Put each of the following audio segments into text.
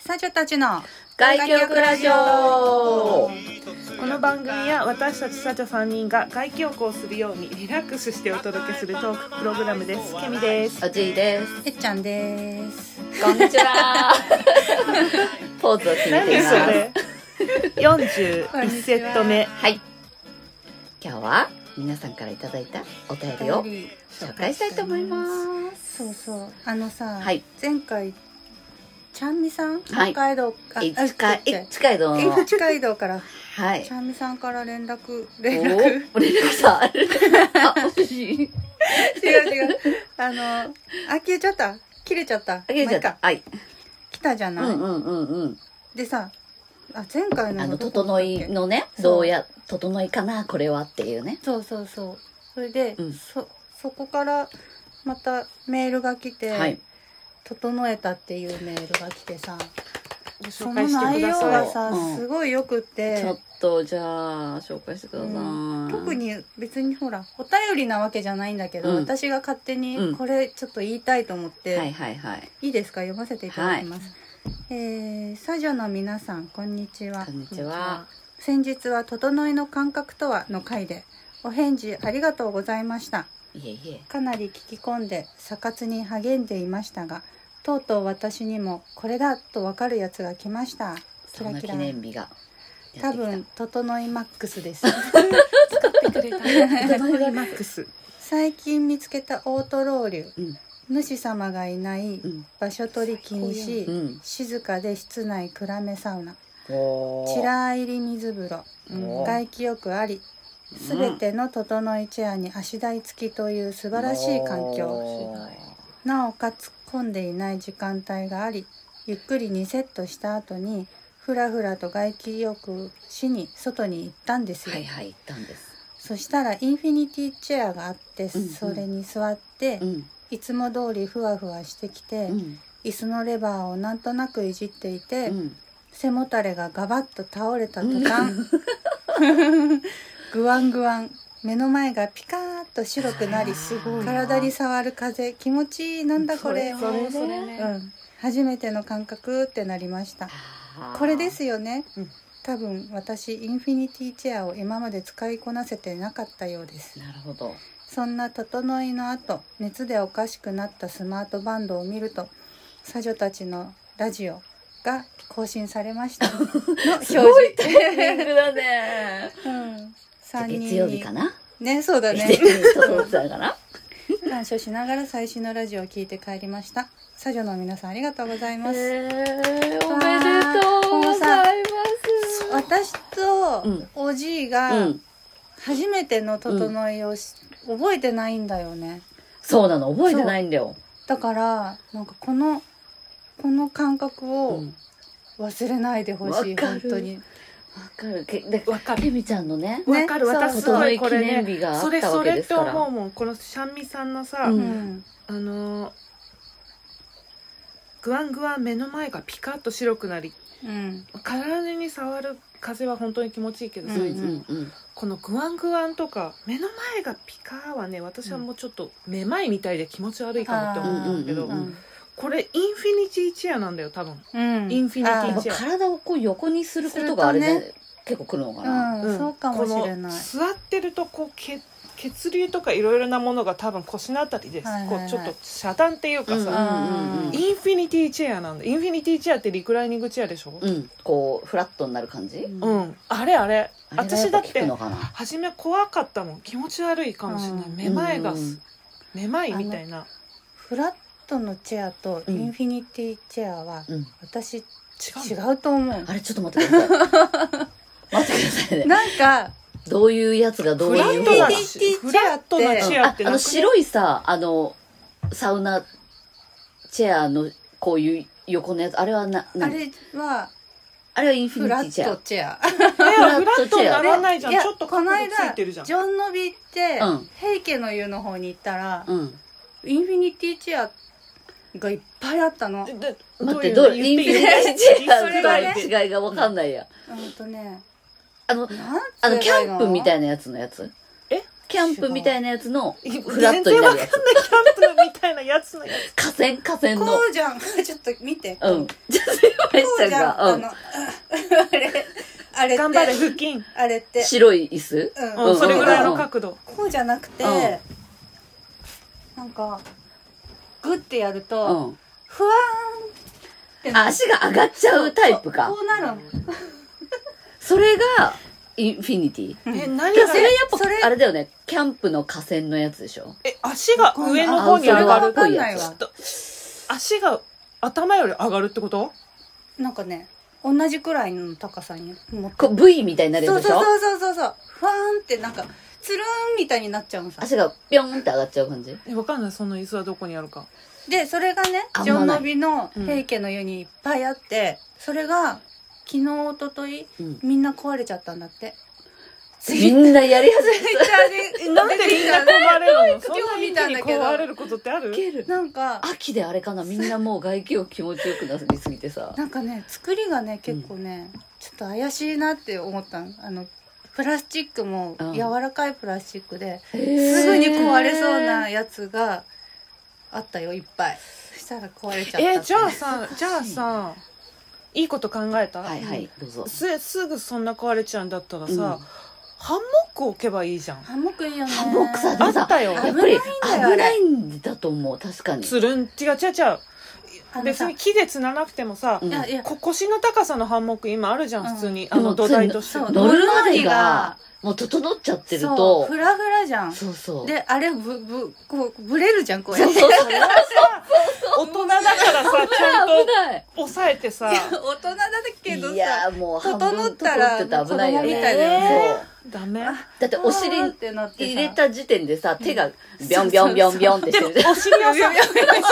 サジュたちの外局ラジオこの番組は私たち社長3人が外記憶をするようにリラックスしてお届けするトークプログラムですケミですおじいですえっちゃんですこんにちは ポーズを決めています41セット目はい今日は皆さんからいただいたお便りを紹介したいと思いますそうそうあのさ、はい前回ちゃんみさんは北い海道、あいあつか違う違ういつかいどうのえ北海道からはいちゃんみさんから連絡お連絡ー連 絡さあるあ欲しい違う違うあのあ消えちゃった切れちゃったあげちゃっまあいいたかはい来たじゃうない、んうんうんうんでさあ前回のあのどこだっ整けいのねそうどうや整いかなこれはっていうねそうそうそうそれで、うんそそこからまたメールが来て「はい整えた」っていうメールが来てさごそ紹の介し内てくだ容さがいさ、うんすごいよくってちょっとじゃあ紹介してください、うん特に別にほらお便りなわけじゃないんだけど、うん私が勝手うにんこれちょっと言いたいと思って、はいはいはいいいですか読ませていただきます、えー、サジョの皆さんこんにちはこんにちは先日は「整いの感覚とは」の回でお返事ありがとうございましたいえいえかなり聞き込んで査活に励んでいましたがとうとう私にもこれだとわかるやつが来ましたキそラんなキ記ラ念日がや多ってきた分整いマックスです整いマックス最近見つけたオートロウリュうん主様がいないうん場所取り禁止、うん静かで室内暗めサウナおチラー入り水風呂おー外気浴ありすべての整いチェアに足台付きという素晴らしい環境なおかつ混んでいない時間帯がありゆっくり2セットした後にふらふらと外気浴しに外に行ったんですよ、はいはい行ったんですそしたらインフィニティチェアがあって、うんうんそれに座って、うんいつも通りふわふわしてきて、うん椅子のレバーをなんとなくいじっていて、うん背もたれがガバッと倒れた途端 ぐわんぐわん目の前がピカーッと白くなりすごいな体に触る風気持ちいいなんだこれそれそれねうん、初めての感覚ってなりましたあーこれですよね、うん多分私インフィニティチェアを今まで使いこなせてなかったようですなるほどそんな整いの後熱でおかしくなったスマートバンドを見るとサ女たちのラジオが更新されましたの表 示、だねうん、3人に 月曜日かなねそう だね月曜日整ってたかな感謝しながら最新のラジオを聞いて帰りましたサ女の皆さんありがとうございえーおまめす、でとうございます私とうんおじいうがん初めての整いをし、覚えてないんだよねそうなの覚えてないんだよだからなんかこのこの感覚を、うん忘れないでほしいわか本る当にわかるけでわかるケミちゃんのねねわかるそう私すご整いいこ記れ念ね日があそっれたそわけれでっすてか思らうもんこのシャンミさんのさ、ううんんあのーぐわんぐわん目の前がピカッと白くなりうん体に触る風は本当に気持ちいいけどさ、うんいつもこのグワングワンとか目の前がピカーはね私はもうちょっとめまいみたいで気持ち悪いかもって思ったんだけど、あーううんんこれインフィニティチェアなんだよ多分うんインフィニティやっぱ体をこう横にすることがあれするね結構くるのかなうんそうかもしれこなのい座ってるとこう血血流とかいろいろなものが多分腰のあたりです、はいはいはいこうちょっと遮断っていうかうんうんさ、うんうんインフィニティチェアなんだインフィニティチェアってリクライニングチェアでしょ、うんこうフラットになる感じうんあれあれあれがや私ぱだっ効くてのかな初め怖かったもん気持ち悪いかもしれない、うんめまいが、うんめまいみたいなフラットのチェアとイうんンフィニティチェアはうん私違違うんだうと思うあれちょっと待ってく ださい待ってくださいねなんかどういうやつがどうフラいうットなインフィニティフラットなチェアあってあのなくね白いさあのサウナチェアのこういう横のやつあれはなあ何れはあれはインフフィニテラィチッェトチェアいやフラットになフラらッないじゃんいやちょっとこ角の度間ついてるじゃんジョンノビってうん平家の湯の方に行ったらアうんインフィニティチェアがいっぱいあったのでで待ってどどうういうインフィニ言ティってチェアそれがねと の違いが分かんないやうんとねあのなんつあのえキばいいャンプみたいなやつのやつえキキャンプみたいなやつのフラッ全トに然なわかんるないやキつャンプみたいなやつのや河つ川河川のこうじゃん ちょっと見てこうんじゃあすいまうせんじゃんがあうの んあれあれって頑張れ腹筋、あれって白い椅子うんうんうんそれぐらいの角度こうじゃなくて、うんなんかグッてやるうと、んふわーんってあ足が上がっちゃうタイプかこうなるのそれがインフィニティうんえ何いやがそれやっそれぱあれだよねキャンプの河川のやつでしょえ足が上の方にあ上それはがるわかんないわちょっと足が頭より上がるってことなんかね同じくらいの高さに持ってこう V みたいになるやそうつでしょそうそうそうそうふわーんってなんかつるんみたいになっちゃうのさ足がピョンって上がっちゃう感じえわかんないその椅子はどこにあるかでそれがねあんジョまン・ないノビの平家の湯にいっぱいあって、それが昨日一昨日うんみんな壊れちゃったんだってみんなやり始めツイッ ターでなんでみんな壊れるのそんな今日一見気たんにだけど壊れることってあるいけるなんか秋であれかなみんなもう外気を気持ちよくなりすぎてさなんかね作りがね結構ね、ちょっと怪しいなって思ったのあのプラスチックもうん柔らかいプラスチックで、すすぐに壊れそうなやつがあったよいっぱいそしたら壊れちゃったえじゃあさじゃあさいいこと考えたはいはいどうぞすすぐそんな壊れちゃうんだったらさ、うんハンモック置けばいいじゃんハンモックいいよねハンモックさであもっさたよやっぱり危ないんだよ危ないんだと思う確かにつるん違う違うあ違のう別さに木でつななくてもさ、うんいやいやこ腰の高さのハンモック今あるじゃん、普通うにんあの土台としてそう乗乗るまるまででががもう整っちゃってるそうとフラフラじゃんそうそうであれぶぶこうぶれるじゃんこうやそっうてそうそう大人だからさちゃん危とない抑えてさいや 大人だけどいさやもう半分整ったら整ってて危ないよ子供ねみたいだよねそうダメだってお尻あーってなってさ入れた時点でさ手がビョンビョンビョンビョンってしでてもるじゃんお尻をさおいやいやい尻を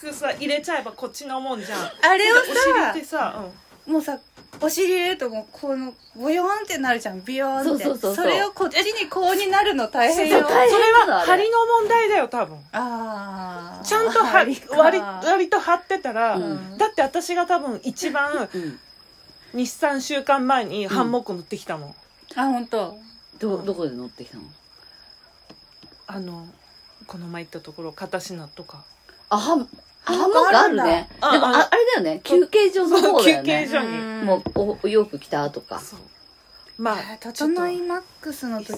深くさ入れちゃえばこっちのもんじゃんあれをお尻っさてさ、もうさお尻入れるともうこのボヨーンってなるじゃんビヨーンってそうそうそうそうれをこっちにこうになるの大変うよん、それそう大変なのはあれ張りの問題だよ多分ああちゃんと張り割りあ割と張ってたら、うんだって私が多分一番うん23週間前にハンモック乗ってきたもん、本当どどこで乗ってきたのあのこの前行ったところ片品とかあハンハンハンモモッッククああるるんだねあでもあああれだよね休憩所の方だよ休憩ね所に、うんもうおお洋服着たとかそうまあえーちょっ整いマックスのとん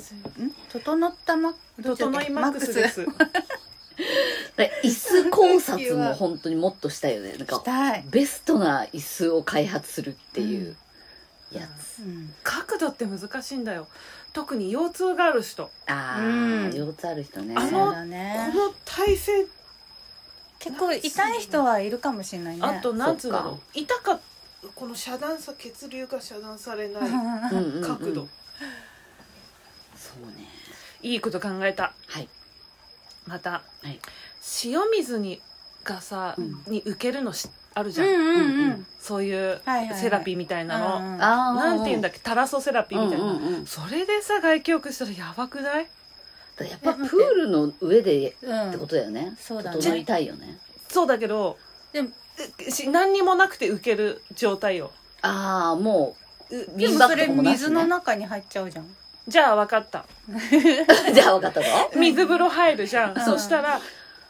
整ったマックと整いマックスですだから椅子考察も本当にもっとしたいよねなんかしたい、ベストな椅子を開発するっていうやつ、うん 角度って難しいんだよ特に腰痛がある人ああ、うん腰痛ある人ねあそのうだこねの体勢結構痛い人はいるかもしれないねあとなんつうそっのか痛かこの遮断さ血流が遮断されないうんうんうん角度、そうねいいこと考えたはいまた、はい塩水にがさ、うんに受けるのしあるじうゃんん、うんうん、うんそういうはいはいセラピーみたいなの、うんうんああなんて言うんだっっけタラソセラピーみたいな、うんうんうんそれでさ外気浴したらやばくないけやっぱプールの上でっうんてことだよね、そうだね整いたいよねそうだけどでもうし何にもなくて受ける状態よああもううで瓶もバそッグれとかもなし、水のね、中に入っちゃうじゃんじゃあ分かった じゃあ分かったぞ水風呂入るじゃん、うんそしたら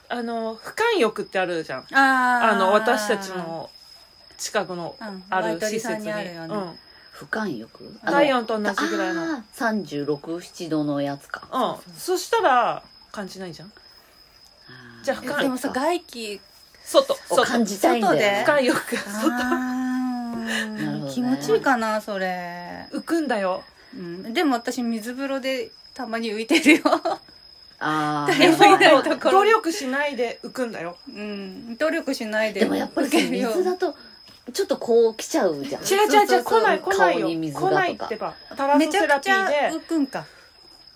あの不寛浴ってあるじゃんああの私たち、の近くのうんあバイるトリ施さん設ににあるよねうん不寛浴体温と同じぐらいの三十六七度のやつかうん、そしたら感じないじゃんあーじゃあ不え寛でもさ外気外を外感じたいんだよね不寛浴外あなるほどーね気持ちいいかなそれ、浮くんだようん、でも私水風呂でたまに浮いてるよ、あーえそうだよところ努力しないで浮くんだようん、努力しないででもやっぱりさ受けるよ水だとちょっとこう来ちゃうじゃん違う違うそ違ううそう来ない来ない顔に水よが来ないっとかてばタラめソちゃセラくピちゃーで浮くんか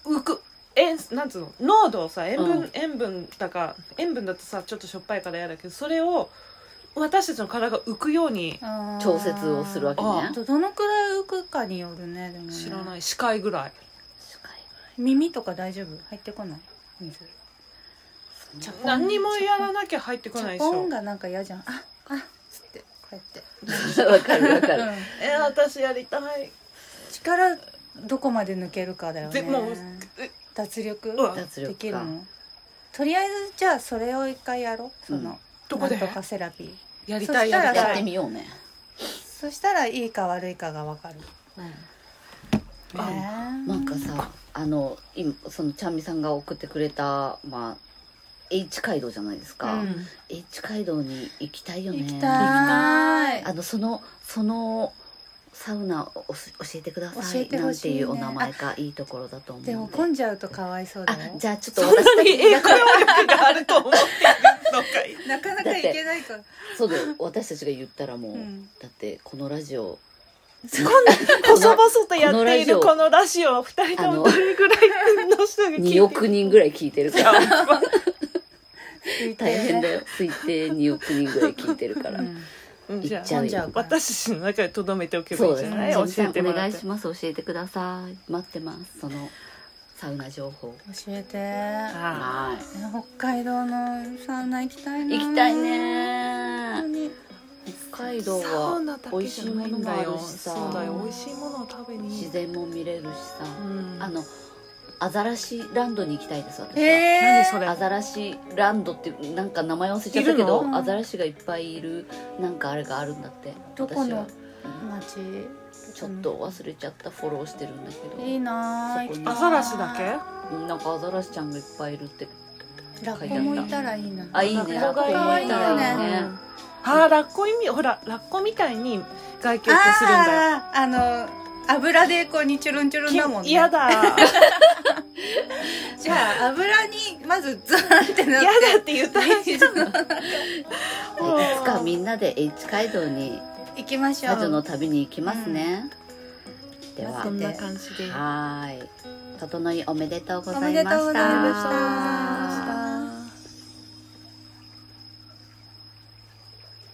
浮く塩なんつうの濃度をさ塩分、うん塩分だか塩分だとさちょっとしょっぱいから嫌だけどそれを私たちの体が浮くようにあー調節をするわけねあどどのくらい浮くかによるねでもね知らない視界ぐらい耳とか大丈夫入ってこない水近いうん何にもやらなきゃ入ってこないでしチャポょンがなんか嫌じゃんああっつってこうやって、わかるわかるう ん、え私やりたい力どこまで抜けるかだよねでもうえ脱力うわ脱でき力るかのとりあえずじゃあそれを一回やろうその、どこでなんとかセラピーやりたいそしたらやりやたっていみようね、そしたらいいか悪いかがわかるねあなんかさあの今そのちゃんみさんが送ってくれたまあ H 街道じゃないですか、ううんん H 街道に行きたいよね行きたいあのそのそのサウナをおし教えてくださ教いえてなほんてしいいねうお名前かいいところだと思うんででも混んじゃうとかわいそうだあよじゃあちょっとそんな私たにち英会話力があると思っているのかいなかなか行けないからそうだよ私たちが言ったらもう、うんだってこのラジオ そんな細々とやっているこのラジオ二人ともどれぐらいの人が聞いて2億人ぐらい聞いてるから行ってね大変だよ推定2億人ぐらい聞いてるから、うんうんじゃ行あっちゃう混んよじゃうから私たちの中でとどめておけばいそいうじでゃすなねいちゃ教んさんえてもおら願っいてします教えてください待ってますそのサウナ情報教えてあは北海道のサウナ行きたいいな行きたい本当ねに北海道サウはナだ美け味じしゃいなもいのんもだあよるしさそうだよ美味しいものを食べに自然も見れるしさ、うんあのアザラシランドに行きたいです私は、え何ーそれアザラシランドっていうなんか名前忘れちゃったけいるどのアザラシがいっぱいいるなんかあれがあるんだってどこの私は街ちょっと忘れちゃったフォローしてるんだけど、いいなあ行きたいアザラシだけなんかアザラシちゃんがいっぱいいるってラッコもいたらいいなあいいねラッコもいたらいいねねあーラッコ意味ほらラッコみたいに外気浴するんだよああーあの油でこうにちゅるんちゅるんだもんね嫌 だじゃあ油にまずザーってなっ嫌てだって言ったらしいじゃないいつかみんなで H 街道に 行きましょ魔女のう旅に行きますね、では待ってて感じではーい整いおめでとうござおめいでましたとうございました